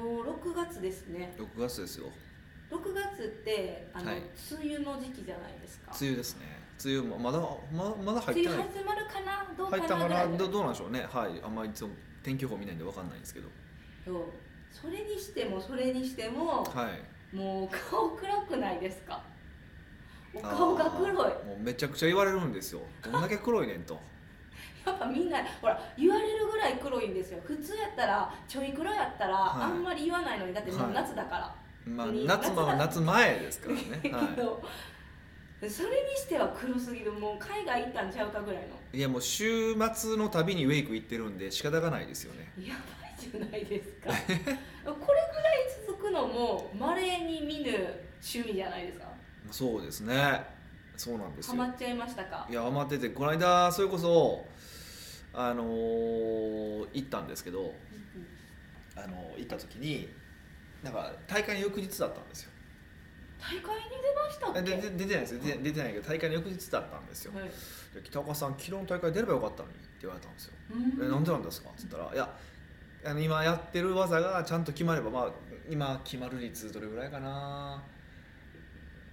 6月ですね6月ですよ6月ってあの、はい梅雨の時期じゃないですか梅雨ですね梅雨もまだままだ入梅ってな雨い始まるかなどうか入ったなかぐらないどだどうなんでしょうねはいあんまりいつも天気予報見ないんでわかんないんですけどそうそれにしてもそれにしてもはいもう顔暗くないですかおあー顔が黒いもうめちゃくちゃ言われるんですよどんだけ黒いねん とやっぱみんなほら言われるぐらい黒いんですよ普通やったらちょい黒やったら、はいあんまり言わないのにだってもうはい夏だから、まあうん夏まは夏前ですからけ ね、ど、はそれにしては黒すぎるもう海外行ったんちゃうかぐらいのい、いやもう週末の度にウェイク行ってるんで仕方がないですよねやばいじゃないですかこれぐらい続くのもまれに見ぬ趣味じゃないですかそうですねそうなんですハよマっちゃいましたかいや余っててこの間それこそあのー行ったんですけど、あのー行った時になんか大会の翌日だったんですよ大会に出ましたっでけで出てないですよで出てないけど大会の翌日だったんですよはいで北岡さん昨日の大会出ればよかったのにって言われたんですようんえなんでなんですか?」っつったら「いやあの今やってる技がちゃんと決まれば、まあ、今決まる率どれぐらいかな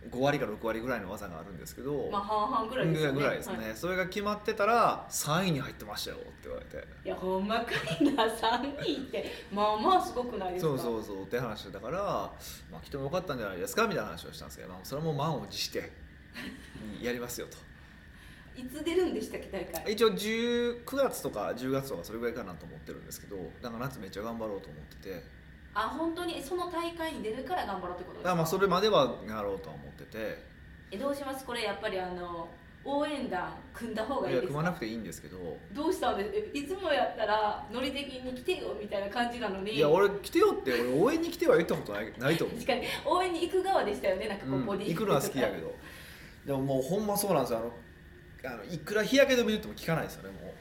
5割か6割ぐらいの技があるんですけど、まあ半々ぐらいですよねぐらいですね、はそれが決まってたら3位に入ってましたよって言われてい、いやほんまかいな3人ってまあまあすごくないですかそうそうそうって話だから、まあ、来てもよかったんじゃないですかみたいな話をしたんですけど、まあ、それはもう満を持してやりますよといつ出るんでしたっけ大会一応10 9月とか10月とかそれぐらいかなと思ってるんですけどだから夏めっちゃ頑張ろうと思っててあ本当にその大会に出るから頑張ろうってことですかあまあそれまではやろうとは思っててえどうしますこれやっぱりあの応援団組んだ方がいいいやです組かまなくていいんですけどどうしたんですえいつもやったらノリ的に来てよみたいな感じなのにいや俺来てよって俺応援に来ては言ったことないな いと思う確かに応援に行く側でしたよねなんかこううんボディー行くのは好きやけどどでももうほんまそうなんですよあのあのいくら日焼け止め塗っても効かないですよねも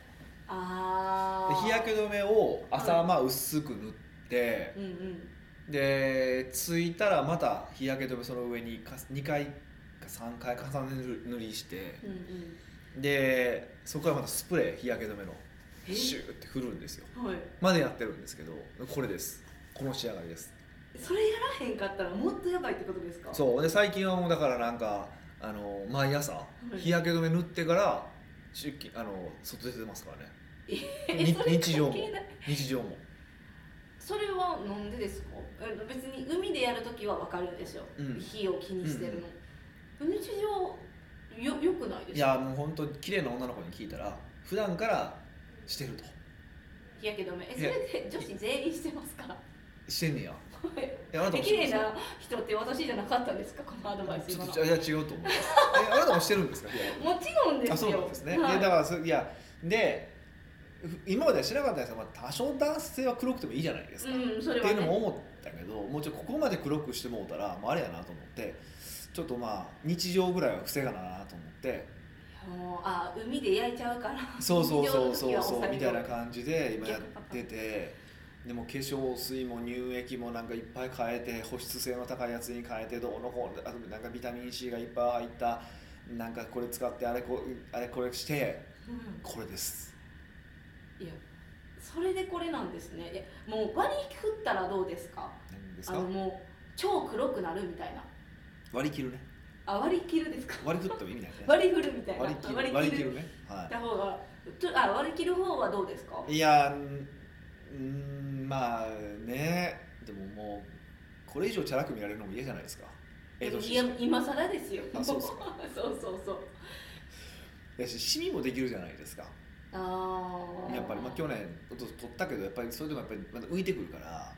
あうあで日焼け止めを朝はいまあ薄く塗って、うんうんで着いたらまた日焼け止めその上にか2回か3回重ね塗りしてうんうんでそこからまたスプレー日焼け止めのえシューって振るんですよはいまでやってるんですけどこれですこの仕上がりですそれやらへんかったらもっとやばいってことですかそうで最近はもうだからなんかあの毎朝い日焼け止め塗ってから出勤あの外出てますからねえにそれ日常も関係ない日常もそれはなんでですかえ別に海でやるときはわかるんですよ、うん火を気にしてるの、日常よよくないですかいやもう本当綺麗な女の子に聞いたら普段からしてると日焼け止めえそれで女子全員してます からしてんねいやいやあなたえ綺もして麗まな人って私じゃなかったですかこのアドバイスすちょ今っのといや違うと思うえあなたもしてる んですか日焼け止めもちろんですよあそうなんですね、はいいやだからそいやでふ今まではしなかったんですよ、まあ、多少男性は黒くてもいいじゃないですか、うんそれっては、いね、うのも思ったけどもうちょっとここまで黒くしてもうたらもうあれやなと思ってちょっとまあ日常ぐらいは防がななと思ってもうあ海で焼いちゃうからそうそうそうそ日常の時うはそ抑 うえみたいな感じで今や逆っててでも化粧水も乳液もなんかいっぱい変えて保湿性の高いやつに変えてどうのこうのあとなんかビタミン C がいっぱい入ったなんかこれ使ってあれこあれこれしてうこれですんいやそれでこれなんですねいやもう割り振ったらどうですか何ですあかのもう超黒くなるみたいな割り切るねあ割り切るですか割り切っても意味ないね割り振るみたいな割り切る割り切るねはいた方がちょあ割り切る方はどうですかいやうんうんまあねでももうこれ以上チャラく見られるのも嫌じゃないですか江戸市いや今更ですよあそうっ すそうそうそうだしシミもできるじゃないですかああやっぱり、まあ、去年おと取ったけどやっぱりそれでもやっぱりまだ浮いてくるから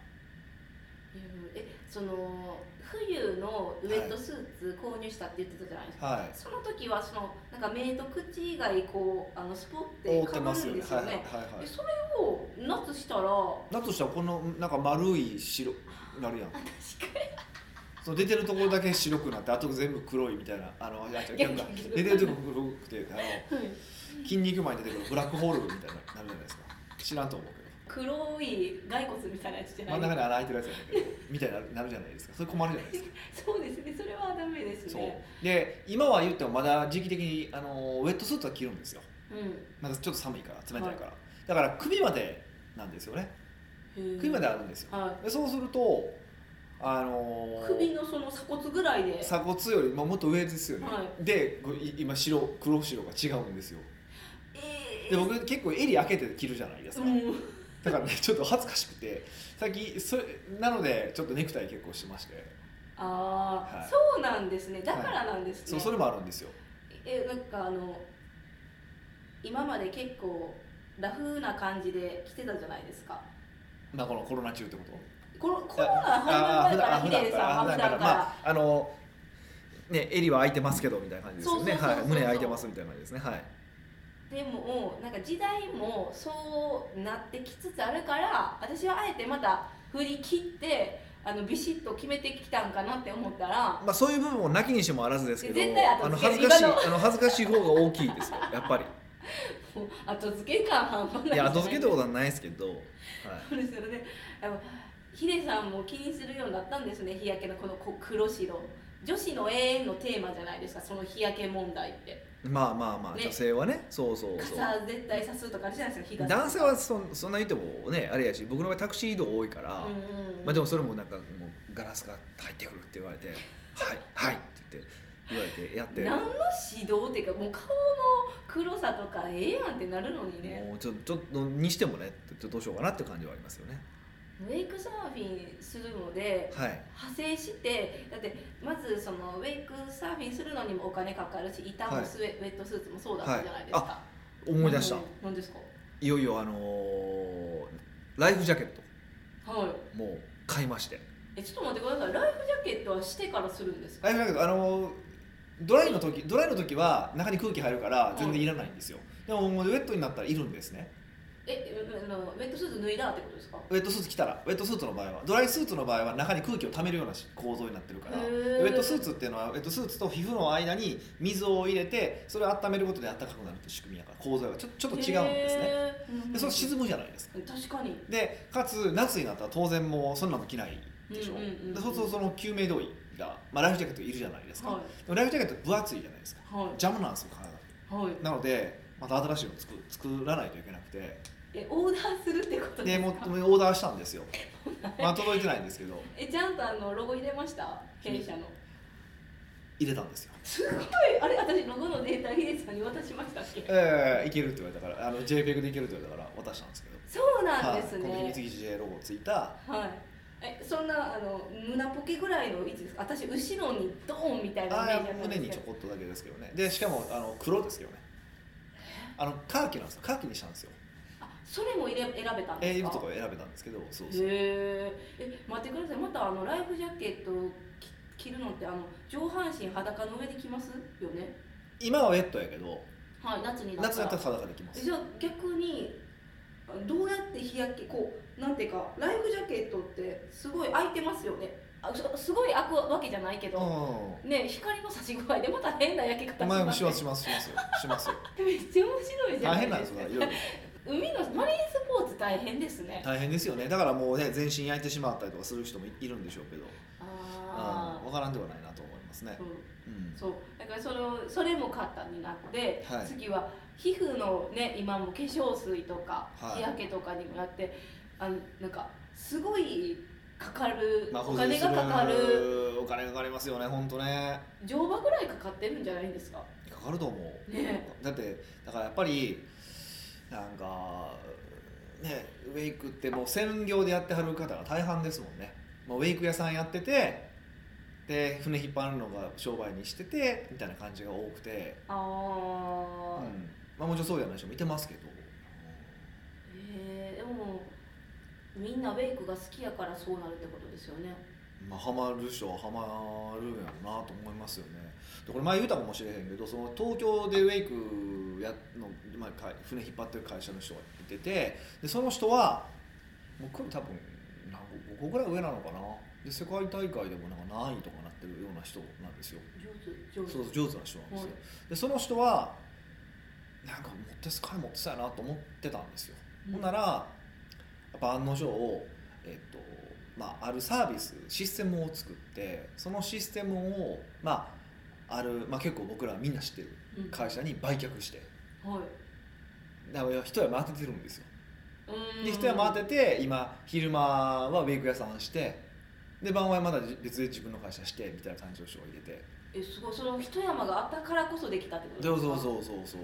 えその冬のウエットスーツ購入したって言ってたじゃないですか、はその時はそのなんか目と口以外こうあのスポいってかぶるんですはよいはいねはでいそれを夏したらだとしたらこのなんか丸い白なるやん確かそう出てるところだけ白くなってあと全部黒いみたいなあのあ違う 逆だ逆出てるとこ黒くてあのに、筋肉前に出てくるブラックホールみたいになるじゃないですか知らんと思うけど黒い骸骨みたいなやつじゃな真いん中に穴開いてるやつやねんけどみたいになるなるじゃないですかそれ困るじゃないですかそうですねそれはダメですそうねで今は言ってもまだ時期的にあのウェットスーツは着るんですよう、ん、まだちょっと寒いから冷たいから、だから首までなんですよね首までであるんですよはでそうするとあいのー首のその鎖骨ぐらいで鎖骨よりももっと上ですよね、はでこうい今白黒白が違うんですよえで僕結構襟開けて着るじゃないですうか、んだからねちょっと恥ずかしくて最近それなのでちょっとネクタイ結構してまして、ああ、はいそうなんですねだからなんですね、そうそれもあるんですよえなんかあの今まで結構ラフな感じで来てたじゃないですかまあこのコロナ中ってことコロコロナ本番前からヒデさん普段から、まああのね襟は開いてますけどみたいな感じですよねそうそうそうそうはい胸開いてますみたいな感じですねはいでもなんか時代もそうなってきつつあるから私はあえてまた振り切ってあのビシッと決めてきたんかなって思ったらまあそういう部分もなきにしもあらずですけど絶対後あの付け恥ずかしい今のあの恥ずかしい方が大きいですよやっ ぱりもう後付け感半端ないいや後付けってことはないですけど、はい、そうですよねやっぱヒデさんも気にするようになったんですね日焼けのこのこ黒白女子の永遠のテーマじゃないですかその日焼け問題ってまあまあまあね女性はねそうそうそう傘絶対さすとかあるじゃないですか日傘男性はそんそんな言ってもねあれやし僕の場合タクシー移動多いから、うんうんまあ、でもそれもなんかもうガラスが入ってくるって言われて「はいはい」って言って言われてやって何の指導っていうかもう顔の黒さとかええやんってなるのにねもうちょちょっとにしてもねちょっとどうしようかなって感じはありますよねウェイクサーフィンするのではい派生してだってまずそのウェイクサーフィンするのにもお金かかるし板もスウェ,、ウェットスーツもそうだったじゃないですか、はい思い出した、うん何ですかいよいよあのーライフジャケットはいもう買いましてえちょっと待ってくださいライフジャケットはしてからするんですかライフジャケットあのードライの時ドライの時は中に空気入るから全然いらないんですよ、でももうウェットになったらいるんですねええあのウェットスーツ脱いだってことですかウェットスーツ着たらウェットスーツの場合はドライスーツの場合は中に空気を溜めるような構造になってるからへーウェットスーツっていうのはウェットスーツと皮膚の間に水を入れてそれを温めることで暖かくなるっていう仕組みやから構造がちょちょっと違うんですねへーでそれ沈むじゃないですか確かにでかつ夏になったら当然もうそんなの着ないでしょ、うんうんうんうんでそうするとその救命胴衣が、まあ、ライフジャケットいるじゃないですか、はいでもライフジャケットって分厚いじゃないですかはいジャムなんですよ体はいなのでまた新しいの作作らないといけなくてえオーダーするってことでですもかうもうオーダーしたんですよ、まあ、届いてないんですけどえちゃんとあのロゴ入れました弊社の入れたんですよすごいあれ私ロゴのデータヒデさんに渡しましたっけええいけるって言われたからあの JPEG でいけるって言われたから渡したんですけどそうなんですはい、このね秘密基地 J ロゴついたはい、えそんなあの胸ポケぐらいの位置ですか私後ろにドーンみたいなあイメージだーったんで胸すにけちょどこっとだけですけどねでしかもあの黒ですけどねあのカーキなんですよカーキにしたんですよあそれも入れ選べたんですか AM とかを選べたんですけどそうそへーうえ待ってくださいまたあのライフジャケットを着着るのってあの上半身裸の上で着ますよね今はウェットやけどはい夏になっ夏ただらったら裸できますじゃあ逆にあどうやって日焼けこうなんていうかライフジャケットってすごい開いてますよねあすすごい開くわけじゃないけうど、んね光の差し具合でまた変な焼け方前もましすますしますしますよしますよ めっちゃ面 白いじゃ大ない変なんでですすかよいろいろ海のマリンスポーツ大変ですね大変ですよねだからもうね全身焼いてしまったりとかする人もいいるんでしょうけどあああ分からんではないなと思いますねそううんそうだからそれをそれも買ったになって、はい次は皮膚のね今も化粧水とかはい日焼けとかにもやってあのなんかすごいかかる、まあお金がかか保る存するお金かかりますよね本当ね乗馬ぐらいかかってるんじゃないんですかかかると思うねだってだからやっぱりなんかねウェイクってもう専業でやってはる方が大半ですもんね、まあ、ウェイク屋さんやっててで船引っ張るのが商売にしててみたいな感じが多くて、あうあ、んまあ、もちろんそうじゃない人もいてますけど、へえでもみんなウェイクが好きやからそうなるってことですよねまあ、ハマる人はハマるんやろうなと思いますよねでこれ前言うたかもしれへんけどその東京でウェイクやの、まあか、船引っ張ってる会社の人がいててでその人は僕より多分何個5個ぐらい上なのかなで世界大会でもなんか何位とかなってるような人なんですよ上手上手そう上手な人なんですよ、はいでその人はなんか持ってすかい持ってたやなと思ってたんですようんほんならやっぱ案の定、えっとまあ、あるサービスシステムを作ってそのシステムを、まあ、ある、まあ、結構僕らみんな知ってるうん会社に売却してはいだから人は当ててるんですよあうんで一山当てて今昼間はウェイク屋さんしてで晩はまだ別で自分の会社してみたいな感じの人がいててえすごいその一山があったからこそできたってことそですうそうかそうそうそう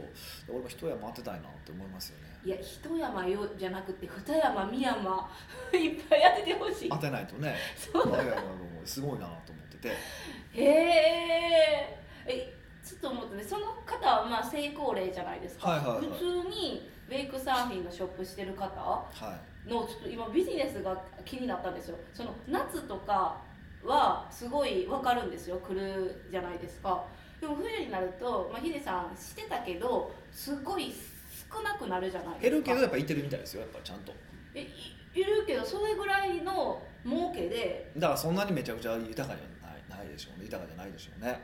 俺も一山当てたいなって思いますよねいや一山よじゃなくて二山三山 いっぱい当ててほしい当てないと ねそうまあいやいやもうすごいなと思っててへええちょっと思ってねその方はまあ成功例じゃないですか、はいはいはい普通にウェイクサーフィンのショップしてる方はいのちょっと今ビジネスが気になったんですよその夏とかはすごい分かるんですよ来るじゃないですかでも冬になると、まあ、ヒデさんしてたけどすごい少なくなるじゃないですか減るけどやっぱいてるみたいですよやっぱちゃんとえいいるけどそれぐらいの儲けでだからそんなにめちゃくちゃ豊かじゃないないでしょうね豊かじゃないでしょうね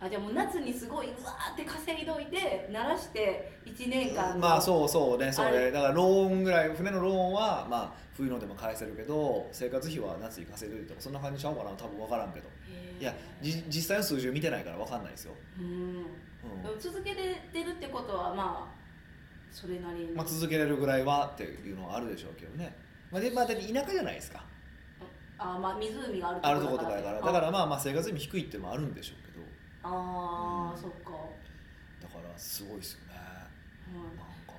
あじゃあもう夏にすごいうわーって稼いどいて鳴らして1年間まあそうそうねそあれれだからローンぐらい船のローンはまあ冬のでも返せるけど生活費は夏に稼いでるとかそんな感じちゃうかな多分分からんけどへーいやじ実際の数字を見てないから分かんないですよ、うんうんでも続けて出るってことはまあそれなりに、まあ、続けれるぐらいはっていうのはあるでしょうけどね、まあ、でまあだって田舎じゃないですかあまあ湖がああるるととこころとかやからねだからまあまあ生活費低いっていうのもあるんでしょうけどああ、うんそっか、だからすごいですよねうんなんか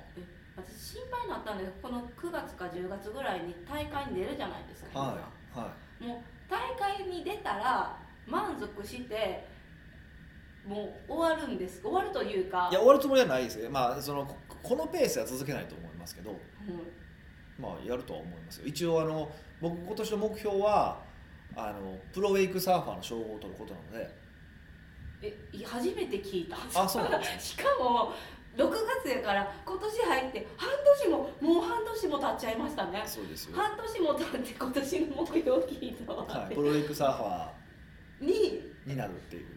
私心配になったんでこの9月か10月ぐらいに大会に出るじゃないですか、はいはもう大会に出たら満足してもう終わるんです終わるというかいいや終わるつもりはないですよまあそのここのペースは続けないと思いますけどうんまあやるとは思いますよ一応あの僕今年の目標はあのプロウェイクサーファーの称号を取ることなのでえい初めて聞いたあそうなんですね しかも6月やから今年入って半年ももう半年も経っちゃいましたねそうですよ、半年も経って今年の目標聞いたわ、はい、プロウェイクサーファにーになるっていう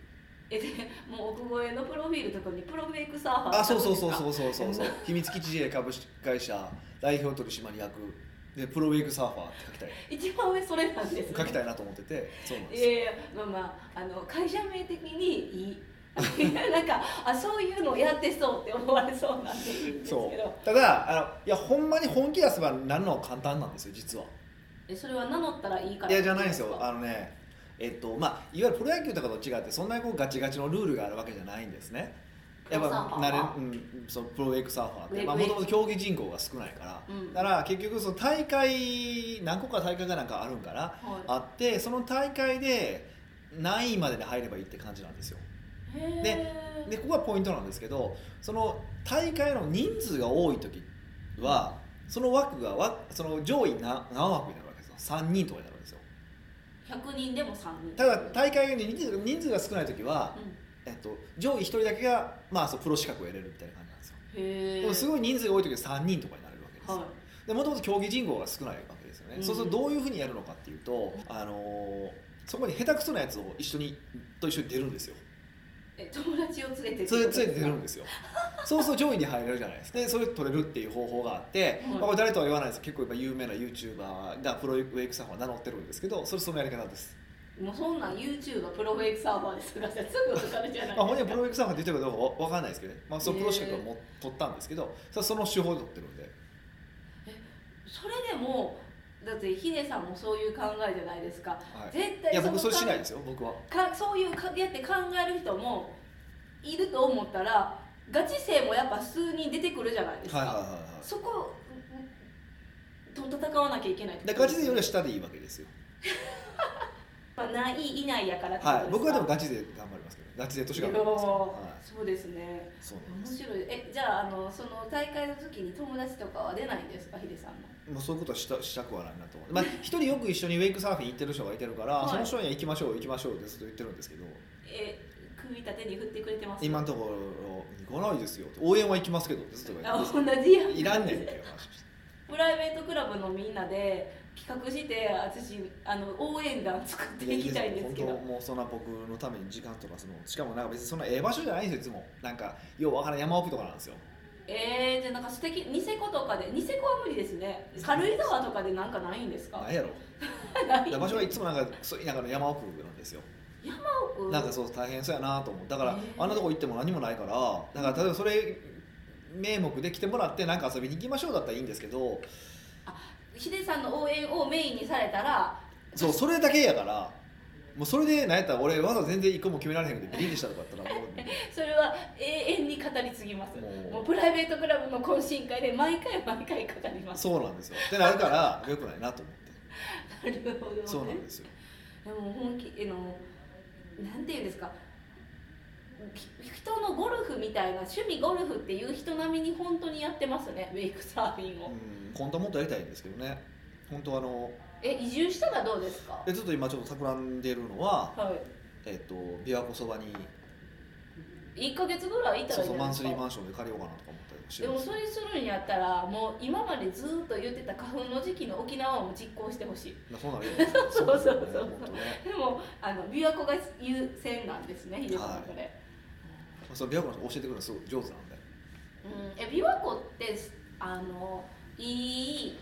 えでもう奥越えのプロフィールとかにプロフェイクサーファーあそうそうそううそうそうそうそう秘密基地 JA 株式会社代表取締役でプロウェイクサーファーって書きたい一番上それなんです、ね、書きたいなと思っててそうなんでいすやよいやまあまああの会社名的にい いいやなんかあそういうのやってそうって思われそうなんでいいんですけそどうただあのいやほんまに本気出せばなるのは簡単なんですよ実はえそれは名乗ったらいいからいやじゃないんですよかあのねえっとまあいわゆるプロ野球とかと違ってそんなにこうガチガチのルールがあるわけじゃないんですねやっプロサーファぱーなれは、うん、そのプロウェイクサーファーっウェてイまあウェもイともと競技人口が少ないから、うんだから結局その大会何個か大会がなんかあるんかなはあってその大会で何位までに入ればいいって感じなんですよい、へえでここがポイントなんですけどその大会の人数が多い時はその枠がわその上位な何枠になるわけですよ3人とかになるわけですよ100人でも3人ただ大会に人数人数が少ない時は、うんえっと、上位1人だけが、まあ、そうプロ資格を得れるみたいな感じなんですよへえでもすい、ごい人数が多い時は3人とかになれるわけですよ、はでもともと競技人口が少ないわけですよね、うんそうするとどういうふうにやるのかっていうと、あのーそこに下手くそなやつを一緒にと一緒に出るんですよい、え友達を連れてってそれ連れて出るんこですよそうすると上位に入れるじゃないですかでそれ取れるっていう方法があって、はいまあ、これ誰とは言わないです結構今有名な YouTuber がプロウェイクサーファーを名乗ってるんですけどそれそのやり方です、ともうそんなん YouTube がプロフェイクサーバーですがすぐ分かるじゃないですまか、あ、本人はプロウェイクサーファーって言ってるかどうかわかんないですけどね、まあ、そのプロ資格をも取ったんですけどそれその手法で取ってるんでそれでもだってヒデさんもそういう考えじゃないですか、はい絶対いや僕そのれしないですよ僕はかそういうかやって考える人もいると思ったらガチ勢もやっぱ数人出てくるじゃないですか、はいはいはいはいそこと戦わなきゃいけないってでことガでチす勢よよりは下でいいわけですよ、まあ、ない以内やからってことはい、僕はでもでガチ勢頑張りますけどガチ勢としすかか頑張りますけど、いはやい、そうですねそうなん面です白いえじゃああのその大会の時に友達とかは出ないんですかヒデさんももうそういうことはしたしたくはないなと思う、まあ、一人よく一緒にウェイクサーフィン行ってる人がいてるから、はいその人には行きましょう行きましょうってずっと言ってるんですけどえ組み立てに振ってくれてます今のところ行かないですよって応援は行きますけどってずっと言わあれ同じやていらんねんっていう話をしてプライベートクラブのみんなで企画して私あの応援団作っていきたいんですけいやど本当もうそんな僕のために時間とかそのしかもなんか別にそんなええ場所じゃないんですよいつもなんかようわからん山奥とかなんですよえー、じゃあなんか素敵ニセコとかでニセコは無理ですね軽井沢とかでなんかないんですかなんやろ なだいから場所はいつもなんかそう田舎の山奥なんですよなんかそう大変そうやなと思うだから、へえあんなとこ行っても何もないからだから例えばそれ名目で来てもらってなんか遊びに行きましょうだったらいいんですけどヒデさんの応援をメインにされたらそうそれだけやからもうそれで何やったら俺わざわざ全然一個も決められへんけどビリッとしたとかやったら もうそれは永遠に語り継ぎますももううプライベートクラブの懇親会で毎回毎回語りますそうなんですよってなるから良くないなと思ってなるほどねそうなんですよでも本気あのなんていうんですかき人のゴルフみたいな趣味ゴルフっていう人並みに本当にやってますねウェイクサーフィンをうん本当はもっとやりたいんですけどね本当はあのえ移住したらどうですかえちょっと今ちょっと企んでるのは、はえっと琵琶湖そばにい1か月ぐらいいたそらういいそんうじゃないですかマンスリーマンションで借りようかなとか思ったりもしてでまもすそれするんやったらもう今までずっと言ってた花粉の時期の沖縄も実行してほしいまあそうなるよ そうそうそうだよね本当ねでもあの琵琶湖が優先なんですね秀デさんの中で、まあその琵琶湖の人教えてくるのすごい上手なんでうん、え琵琶湖ってあのいい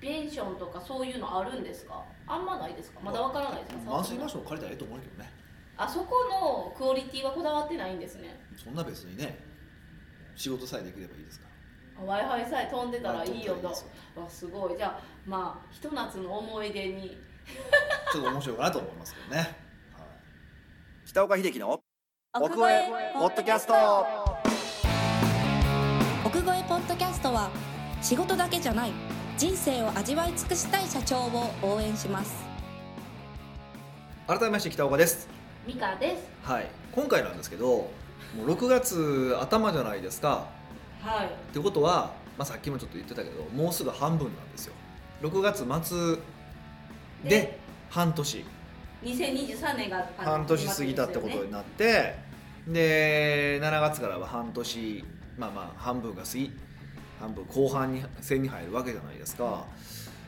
ペンションとかそういうのあるんですかあんまないですかまだわからないですかマンスリーマンション借りたらええと思うけどねあそこのクオリティはこだわってないんですねそんな別にね仕事さえできればいいですから w i f i さえ飛んでたらいいよとまあちょっわすごいじゃあまあひと夏の思い出にと面白いかなと思いますけどね、はい北岡秀樹の奥越えポッドキャスト奥越えポッドキャストは仕事だけじゃない人生を味わい尽くしたい社長を応援します改めまして北岡ですミカですはい今回なんですけどもう6月頭じゃないですかはいってことは、まあ、さっきもちょっと言ってたけどもうすぐ半分なんですよ6月末でで半年2023年があの半年過ぎたってことになってで7月からは半年まあまあ半分が過ぎ半分後半に戦に入るわけじゃないですか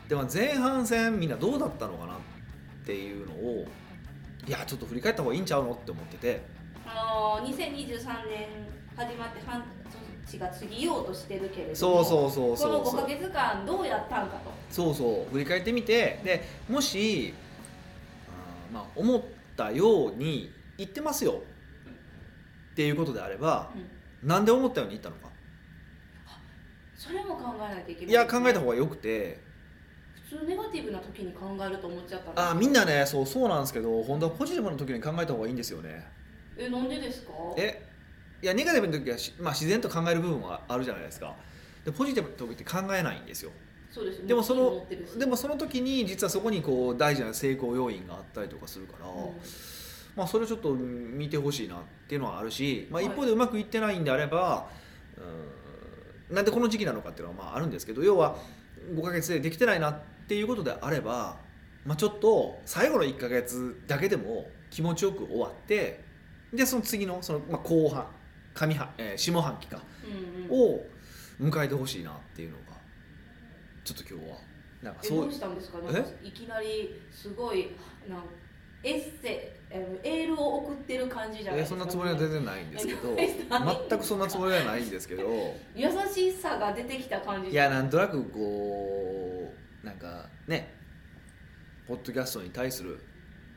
でも前半戦みんなどうだったのかなっていうのをいやちょっと振り返った方がいいんちゃうのって思っててあの2023年始まって半年が過ぎようとしてるけれどもそうそうそうそうこその5うか月間どうやったんかとそうそう振り返ってみてでもし、うんまあ、思ったように言ってますよっていうことであればうんなんで思ったように言ったのかそれも考えないといけないいや考えた方ががよくて普通ネガティブな時に考えると思っちゃったんですあーみんなねそうそうなんですけど本当はポジティブな時に考えた方がいいんですよねえなんでですかえいやネガティブの時はし、まあ、自然と考える部分はあるじゃないですかでポジティブの時って考えないんですよそうですよでもそ持のってるしでもその時に実はそこにこう大事な成功要因があったりとかするから、うんまあ、それちょっと見てほしいなっていうのはあるし、まあ、はい一方でうまくいってないんであれば、うーんなんでこの時期なのかっていうのはまああるんですけど要は5ヶ月でできてないなっていうことであれば、まあ、ちょっと最後の1ヶ月だけでも気持ちよく終わってでその次のその、まあ、後半上半、えー下半期かうんうんを迎えてほしいなっていうのがちょっと今日はなんかえそどううしたんですかなんかいきなりすごいなんかエッセイあのエールを送ってる感じじゃないえですそかんなつもりは全然ないんですけ ど全くそんなつもりはないんですけど。優しさが出てきた感じいやなんとなくこうなんかねポッドキャストに対する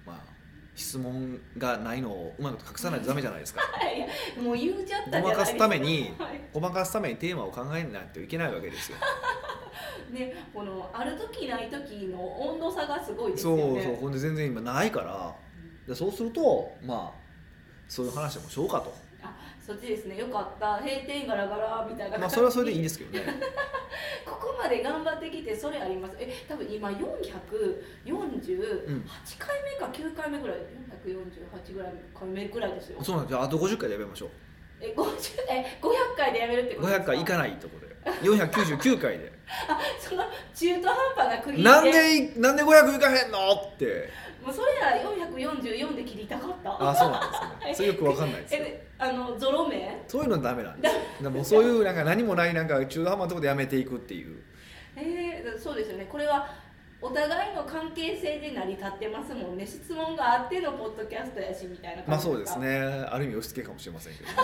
まあ質問がないのをうまく隠さないとダメじゃない ですかいやもう言うちゃったじゃないごまかすためにはいごまかすためにテーマを考えないといけないわけですよ ね、このある時ない時の温度差がすごいですそようねそうほんで全然今ないからでそうするとまあそういう話でもしようかと、そっちですねよかった閉店ガラガラみたいな感じ、まあ、それはそれでいいんですけどね ここまで頑張ってきてそれありますえ多分今448回目か9回目ぐらい448ぐらい回目ぐらいですよそうなんですよあと50回でやめましょうえ50え500回でやめるってことですか500回いかないところで499回であその中途半端な区切りなんでなんで500いかへんのってもうそれなら444で切りたかったあそうなんで すねそれよくわかんないですけどえあのゾロ目そういうのダメなんですよ。だからもうそういうなんか何もないなんか中途半端なところでやめていくっていう。えー、そうですよねこれはお互いの関係性で成り立ってますもんね質問があってのポッドキャストやしみたいなま感あじそうですね。ある意味押し付けかもしれませんけどね。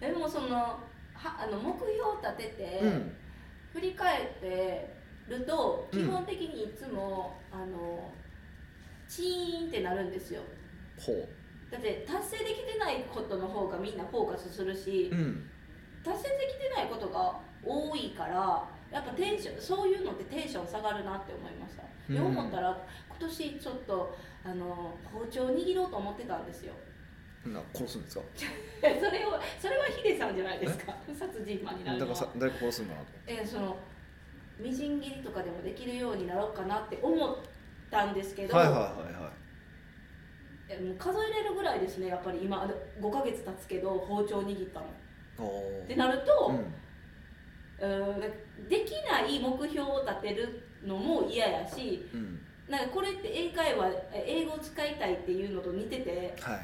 でもそのはあの目標を立てて、うん。振り返ってるとうん基本的にいつも、あのチーンってなるんですよほう。だって達成できてないことの方がみんなフォーカスするしうん。達成できてないことが多いからやっぱテンションそういうのってテンション下がるなって思いました、でうん思ったら今年ちょっとあの包丁握ろうと思ってたんですよ な殺すんですかそれをそれはヒデさんじゃないですか 殺人魔になだるのかはらさ誰か殺すんだなとえーそのみじん切りとかでもできるようになろうかなって思ったんですけど、はいはいはいはいえーもう数えれるぐらいですねやっぱり今5ヶ月経つけど包丁握ったのおおってなると、うんうんなんかできない目標を立てるのも嫌やしうんなんかこれって英会話え英語を使いたいっていうのと似てては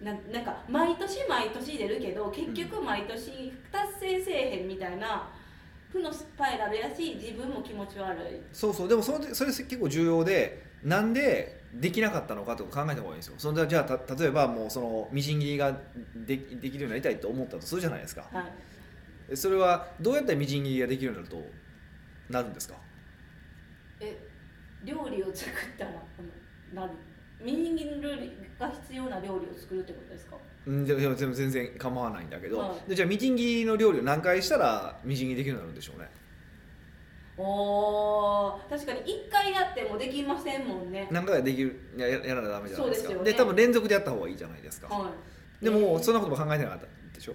いななんか毎年毎年出るけど結局毎年達成せえへんみたいな負のスパイラルやし自分も気持ち悪いそうそうでもそのそれ結構重要でなんでできなかったのかってことを考えた方がいいんですよそのじゃあた例えばもうそのみじん切りができできるようになりたいと思ったとするじゃないですかはいそれはどうやったらみじん切りができるようになるとなるんですかえ料理を作ったらあのなるみじん切りの料理が必要な料理を作るってことですかうんでもでもでも全然構わないんだけど、はでじゃあみじん切りの料理を何回したらみじん切りできるようになるんでしょうねおー確かに1回やってもできませんもんね何回できるやややらなダメじゃないですかそうですよね多分連続でやった方がいいじゃないですか、はいでもそんのなことも考えてなかったでしょ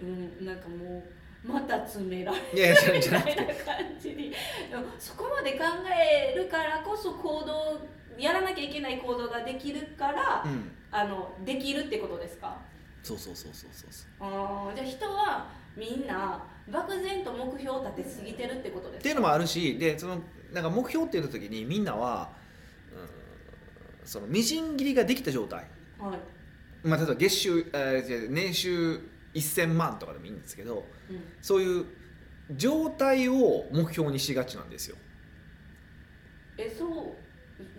うんなんかもうまた詰められるいやいやじゃみじゃなたくいてな感じにでもそこまで考えるからこそ行動やらなきゃいけない行動ができるから、うんあのできるってことですかそうそうそうそうそうそうあーじゃあ人はみんな漠然と目標を立てすぎてるってことでっすていうかのもあるしでそのなんか目標って言った時にみんなは、うん、そのみじん切りができた状態、はい、まあ、例えば月収、えーじゃあ年収1000万とかでもいいんですけどうんそういう状態を目標にしがちなんですよえそう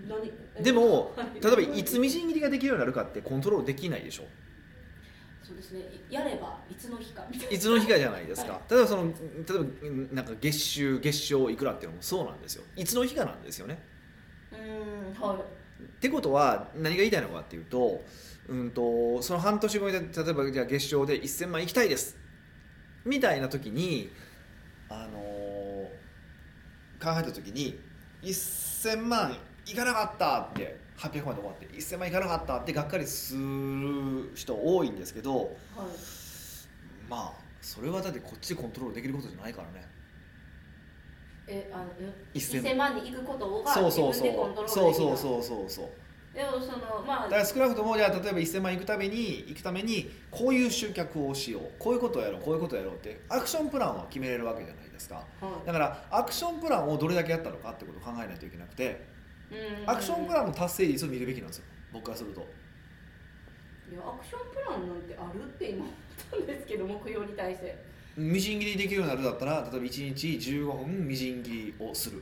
何え でもはい例えばいつみじん切りができるようになるかってコントロールできないでしょそうですねいやればいつの日かみたいいつの日かじゃないですか例えばその例えばなんか月収月賞いくらっていうのもそうなんですよいつの日かなんですよねなうんはいってことは何が言いたいのかっていうと,、うん、とその半年後に例えばじゃあ月賞で1000万いきたいですみたいな時に、あのー考えた時に1000万いかなかったって800万で終わって1000万いかなかったってがっかりする人多いんですけどはいまあそれはだってこっちでコントロールできることじゃないからね。えあのえ1000 1000万に行くことをがそう自そう分そうでコントロールできるそうそうそうそうそうでもそのまあだから少なくともじゃあ例えば1000万行くために行くためにこういう集客をしようこういうことをやろうこういうことをやろうってアクションプランは決めれるわけじゃないですかはいだからアクションプランをどれだけやったのかってことを考えないといけなくてうんアクションプランの達成率を見るべきなんですよ僕からするといやアクションプランなんてあるって今思ったんですけど目標に対してみじん切りできるようになるだったら例えば1日15分みじん切りをする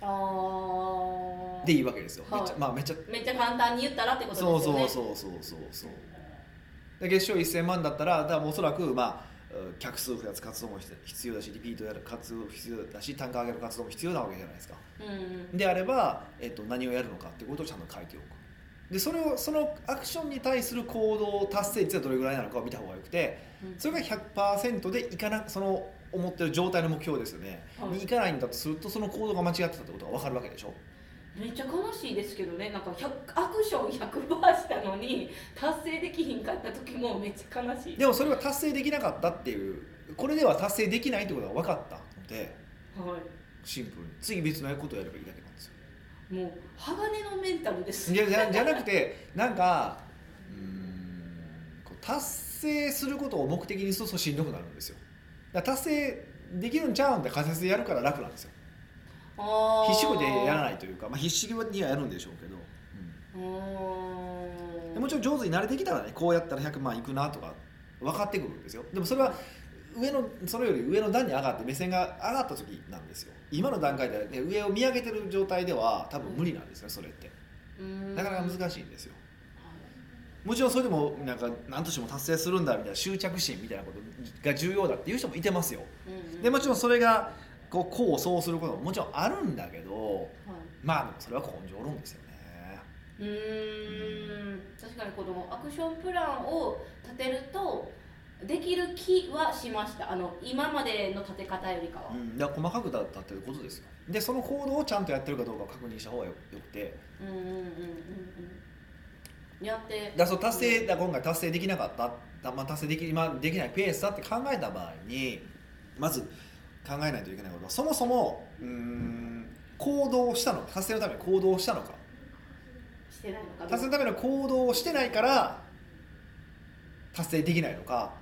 ああでいいわけですよ、はいめっちゃまあめっちゃめっちゃ簡単に言ったらってことですそようねそうそうそうそうそうで月賞1000万だったらだからおそらくまあうん客数を増やす活動も必要だしリピートやる活動も必要だし単価上げる活動も必要なわけじゃないですかうんうんであれば、えっと、何をやるのかってことをちゃんと書いておくでそれをそのアクションに対する行動達成率がどれぐらいなのかを見た方がよくてうんそれが100%でいかなその思ってる状態の目標ですよね、はいにいかないんだとするとその行動が間違ってたってことが分かるわけでしょめっちゃ悲しいですけどねなんか100アクション100%したのに達成できひんかった時もめっちゃ悲しいでもそれは達成できなかったっていうこれでは達成できないってことが分かったのではシンプルに次別のことをやればいいだけなんですよいもう鋼のメンタルですいやじゃじゃなくてなんかうーんこう達成することを目的にするとしんどくなるんですよだから達成できるんちゃうんって仮説でやるから楽なんですよ あー必死こいでやらないというか、まあ、必死にはやるんでしょうけど、うーんでもちろん上手に慣れてきたらねこうやったら100万いくなとか分かってくるんですよでもそれは上のそれより上の段に上がって目線が上がった時なんですよ今の段階で、ね、上を見上げてる状態では多分無理なんですねそれってうんなかなか難しいんですよもちろんそれでもなんか何としても達成するんだみたいな執着心みたいなことが重要だっていう人もいてますようんでもちろんそれがこうこうそうすることももちろんあるんだけどはいまあでもそれは根性論ですよねうーん確かにこのアクションプランを立てるとできる気はしましたあの今までの立て方よりかは、うん、だから細かくだったということですよでその行動をちゃんとやってるかどうかを確認した方がよよくてうん、うんうんうんうんやってだからそう達成だから今回達成できなかっただ、まあ、達成でき,、まあ、できないペースだって考えた場合にまず考えないといけないことはそもそもうーん行動をしたのか達成のために行動をしたのかしてないのか達成のための行動をしてないから達成できないのか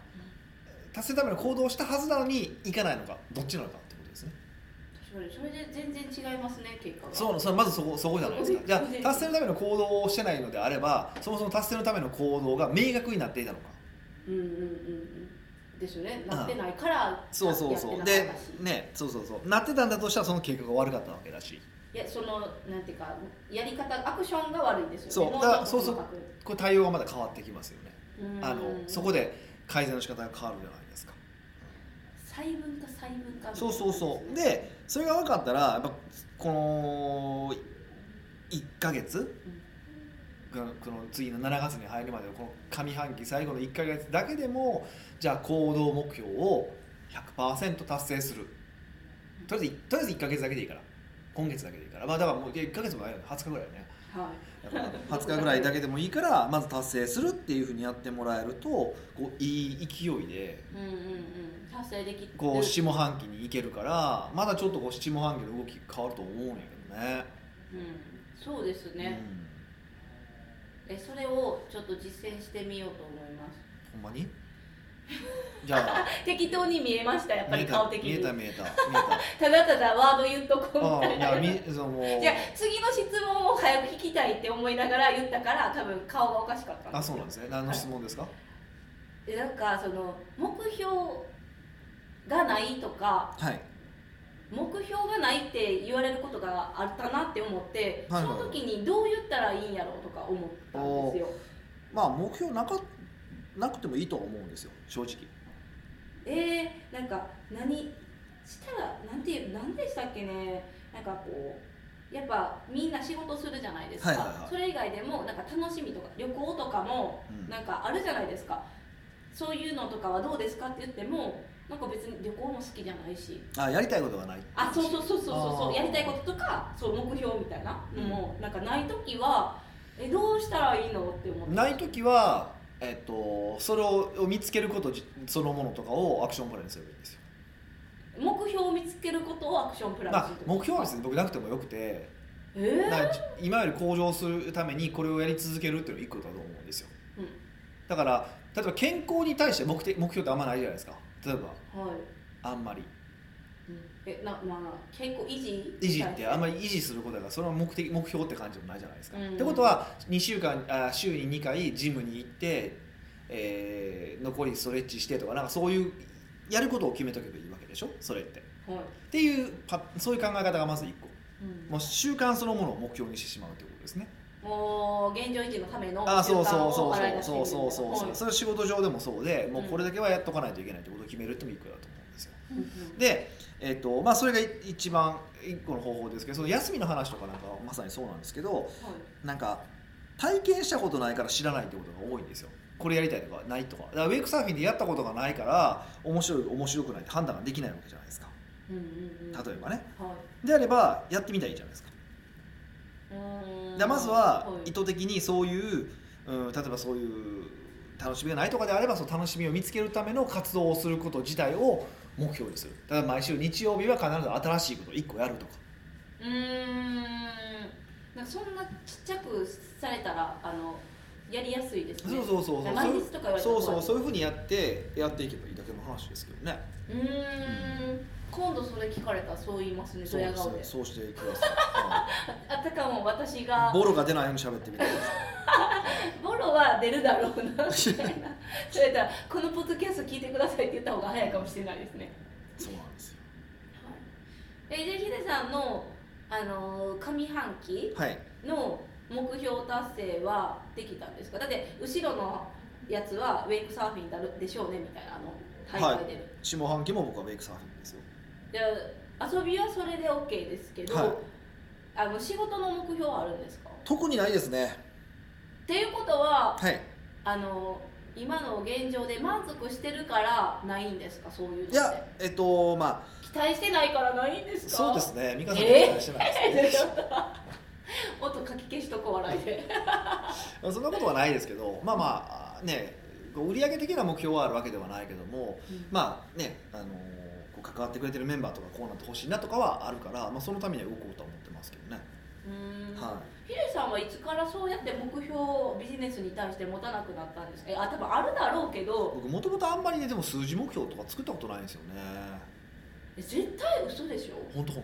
達成のための行動をしたはずなのにいかないのかどっちなのかってことですねそれそれで全然違いますね結果がそうなそれまずそこそこじゃないですかじゃあ達成のための行動をしてないのであればそもそも達成のための行動が明確になっていたのかうんうんうんうんですよねなってないからそうそうそうやってなでかったしねそうそうそうなってたんだとしたらその結果が悪かったわけだしいやそのなんていうかやり方アクションが悪いんですよねそもうだからちょっとそうそう細かくこれ対応がまだ変わってきますよねうんあのそこで改善の仕方が変わるじゃないですか細分化細分化そうそうそみうたいなこでそれが分かったらやっぱこの1ヶ月このこの次の7月に入るまでのこの上半期最後の1ヶ月だけでもじゃあ行動目標を100%達成するとりあえずとりあえず1ヶ月だけでいいから今月だけでいいからまあだからもう1ヶ月もないよね20日ぐらいよねとですねはいだから20日ぐらいだけでもいいからまず達成するっていうふうにやってもらえるとこういい勢いでうんうんうん達成できるこう下半期に行けるからまだちょっとこう下半期の動き変わると思うんやけどねうんそうですね、えそれをちょっと実践してみようと思いますうん、ほんまにじゃあ適当に見えました やっぱ見えりた顔的見えにたた見え た見えだただワード言っとこたうあみあたいいなやみそのじゃあ次の質問を早く聞きたいって思いながら言ったから多分顔がおかしかったんですあそうなんですね何の質問ですか、でなんかその目標がないとかはい目標がないって言われることがあったなって思って、はいはいはいその時にどう言ったらいいんやろうとか思ったんですよまあ目標なかなくてもいいと思うんですよ正直えー、なんか何したらなんていう何でしたっけねなんかこうやっぱみんな仕事するじゃないですか、はいはいはいそれ以外でもなんか楽しみとか旅行とかもうんなんかあるじゃないですかそういうのとかはどうですかって言ってもなんか別に旅行も好きじゃないしあやりたいことがないあそうそうそうそうそうそあうーやりたいこととかそう目標みたいなのもなんかない時はえどうしたらいいのって思ってない時は、えっと、それを見つけることじそのものとかをアクションプランにすればいいんですよ、目標を見つけることをアクションプランまあにする、目標は別に僕なくてもよくてえーだから今より向上するためにこれをやり続けるっていうのが一個だと思うんですよ、うんだから例えば健康に対して目的目標ってあんまないじゃないですか例えばはいあんまりえなまあ健康維持維持ってあんまりり維持することだからそれは目的目標って感じもないじゃないですか。うんってことは2週間あ週に2回ジムに行って、えー残りストレッチしてとかなんかそういうやることを決めとけばいいわけでしょそれって。っはい、ていうパそういう考え方がまず1個うん、もう習慣そのものを目標にしてしまうということですね。もう現状維持のためのあーそうそ習慣うそをう洗い出してそうそうそうそうそう、みそれは仕事上でもそうでもううんこれだけはやっとかないといけないってことを決めるってもいいことだと思うんですよ。たいなで、えっとまあ、それが一番一個の方法ですけどその休みの話とかなんかはまさにそうなんですけどはいはいなんか体験したことないから知らないってことが多いんですよこれやりたいとかないとかだからウェイクサーフィンでやったことがないから面白い面白くないって判断ができないわけじゃないですかうんうんうん例えばねはであればやってみたらいいじゃないですかい、うーんでまずははい意図的にそういう、うん、例えばそういう楽しみがないとかであればその楽しみを見つけるための活動をすること自体を目標にするだから毎週日曜日は必ず新しいことを1個やるとかうーんなんかそんなちっちゃくされたらあのやりやすいですねそうそうそうそう毎日とか言われたそらうそうそうういうふうにやってやっていけばいいだけの話ですけどねうーん今ドそれ聞かれたらそう言いますねドそうヤです顔ねでそうしてく ださいはあたかも私がいボロが出ないように喋ってみてくださボロは出るだろうな みたいなそれだらこのポッドキャスト聞いてくださいって言った方が早いかもしれないですね、いそうなんですよえじゃあヒデさんの、あのー上半期はいの目標達成はできたんですかだって後ろのやつはウェイクサーフィンだるでしょうねみたいなあの大会で、下半期も僕はウェイクサーフィンですよで遊びはそれで OK ですけど、はいあの仕事の目標はあるんですか特にないですねっていうことははいあの今の現状で満足してるからないんですかそういうのっていやえっとまあ期待してないからないんですかそ うですね美香さんえー期待してないです、ね音かき消しとこう笑いでそんなことはないですけどまあまあねこう売上的な目標はあるわけではないけどもまあねあのーこう関わってくれてるメンバーとかこうなってほしいなとかはあるから、まあ、そのためには動こうとは思ってますけどね、うーんはヒデさんはいつからそうやって目標をビジネスに対して持たなくなったんですかえあ多分あるだろうけい、ど僕もともとあんまりねでも数字目標とか作ったことないんですよねえ絶対嘘でしょ本当本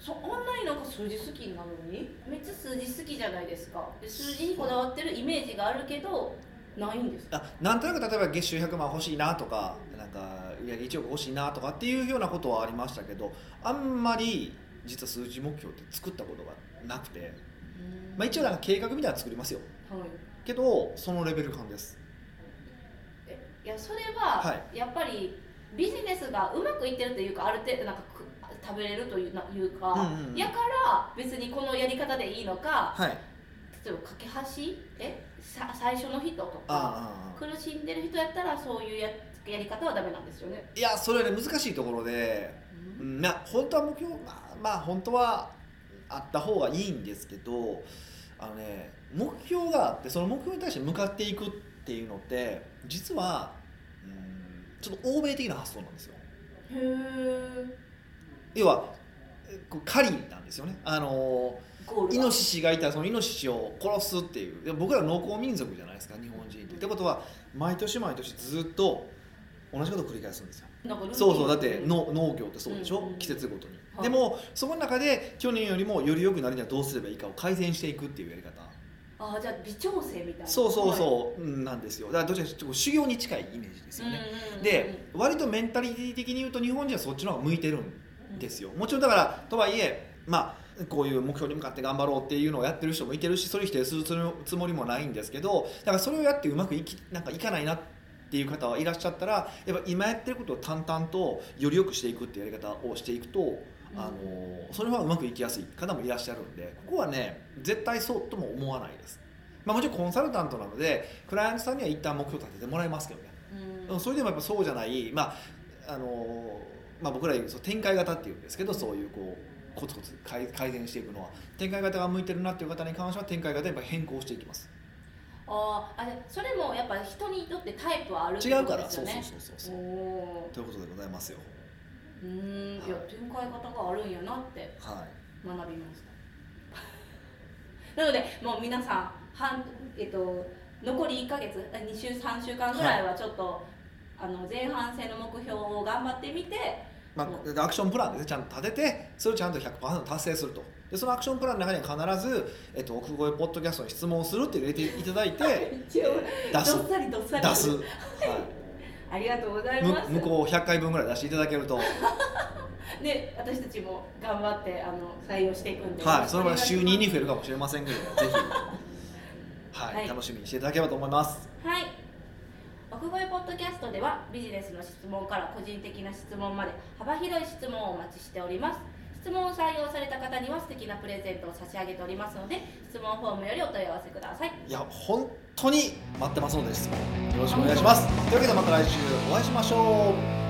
当そんなになんか数字好きなのにめっちゃ数字好きじゃないですかで数字にこだわってるイメージがあるけどないんですかあなんとなく例えば月収100万欲しいなとかなんか売上1億欲しいなとかっていうようなことはありましたけどあんまり実は数字目標って作ったことがなくて、まあ、一応なんか計画みたいなのは作りますよはいけどそのレベル感ですえいやそれははやっぱりビジネスがうまくいってるというかある程度なんかく食べれるというないうか、うんうんうんやから別にこのやり方でいいのかはい例えば架け橋えさ最初の人とかああ苦しんでる人やったらそういうややり方はダメなんですよね、いやそれはね難しいところでううんんな本当は目標まあ、まあ、本当はあった方がいいんですけどあのね目標があってその目標に対して向かっていくっていうのって実はうんちょっと欧米的な発想なんですよへえ要はえこう狩りなんですよねあのゴールイはノシシがいたらそのイノシシを殺すっていうで僕ら農耕民族じゃないですか日本人って。ってことは毎年毎年ずっと同じことを繰り返すんですよ。なんかルーティンそうそうだっての農業ってそうでしょ、うんうん季節ごとに、はいでもそこの中で去年よりもより良くなるにはどうすればいいかを改善していくっていうやり方ああじゃあ微調整みたいなそうそうそううんなんですよだからどちらかというと修行に近いイメージですよね、で割とメンタリティ的に言うと日本人はそっちの方が向いてるんですよもちろんだからとはいえまあこういう目標に向かって頑張ろうっていうのをやってる人もいてるしそれを否定するつもりもないんですけどだからそれをやってうまくいきなんかいかないなっていう方はいらっしゃったらやっぱ今やってることを淡々とより良くしていくっていうやり方をしていくと、あのそれはうまくいきやすい方もいらっしゃるんでここはね絶対そうとも思わないです、まあ、もちろんコンサルタントなのでクライアントさんには一旦目標立ててもらいますけどねうんうんそれでもやっぱそうじゃない、まああのまあ、僕ら言うそう展開型っていうんですけどそういうこうコツコツ改改善していくのは展開型が向いてるなっていう方に関しては展開型でやっぱ変更していきますあーあれそれもやっぱ人にとってタイプはあるって違こうかとら、ですそようそうねそうそうそうおーということでございますようーんいや展開方があるんやなっては学びました なのでもう皆さん半、えっと、残り1ヶ月2週3週間ぐらいはちょっと、あの前半戦の目標を頑張ってみてい、まあ、アクションプランですねちゃんと立ててそれをちゃんと100%達成するとでそのアクションプランの中には必ず、えっと、奥越えポッドキャストに質問をするって入れていただいて一応出 すどっさりどっさり出す、 はありがとうございい、ますむ向こう100回分ぐらい出していただけるとで私たちも頑張ってあの採用していくんで、はい、その場合週2に増るえるかもしれませんけ ど、ぜひ、はい、はい楽しみにしていただければと思います。はい奥越えポッドキャストではビジネスの質問から個人的な質問まで幅広い質問をお待ちしております質問を採用された方には素敵なプレゼントを差し上げておりますので質問フォームよりお問い合わせくださいいや、本当に待ってますので、質問よろしくお願いします。というわけで、また来週お会いしましょう。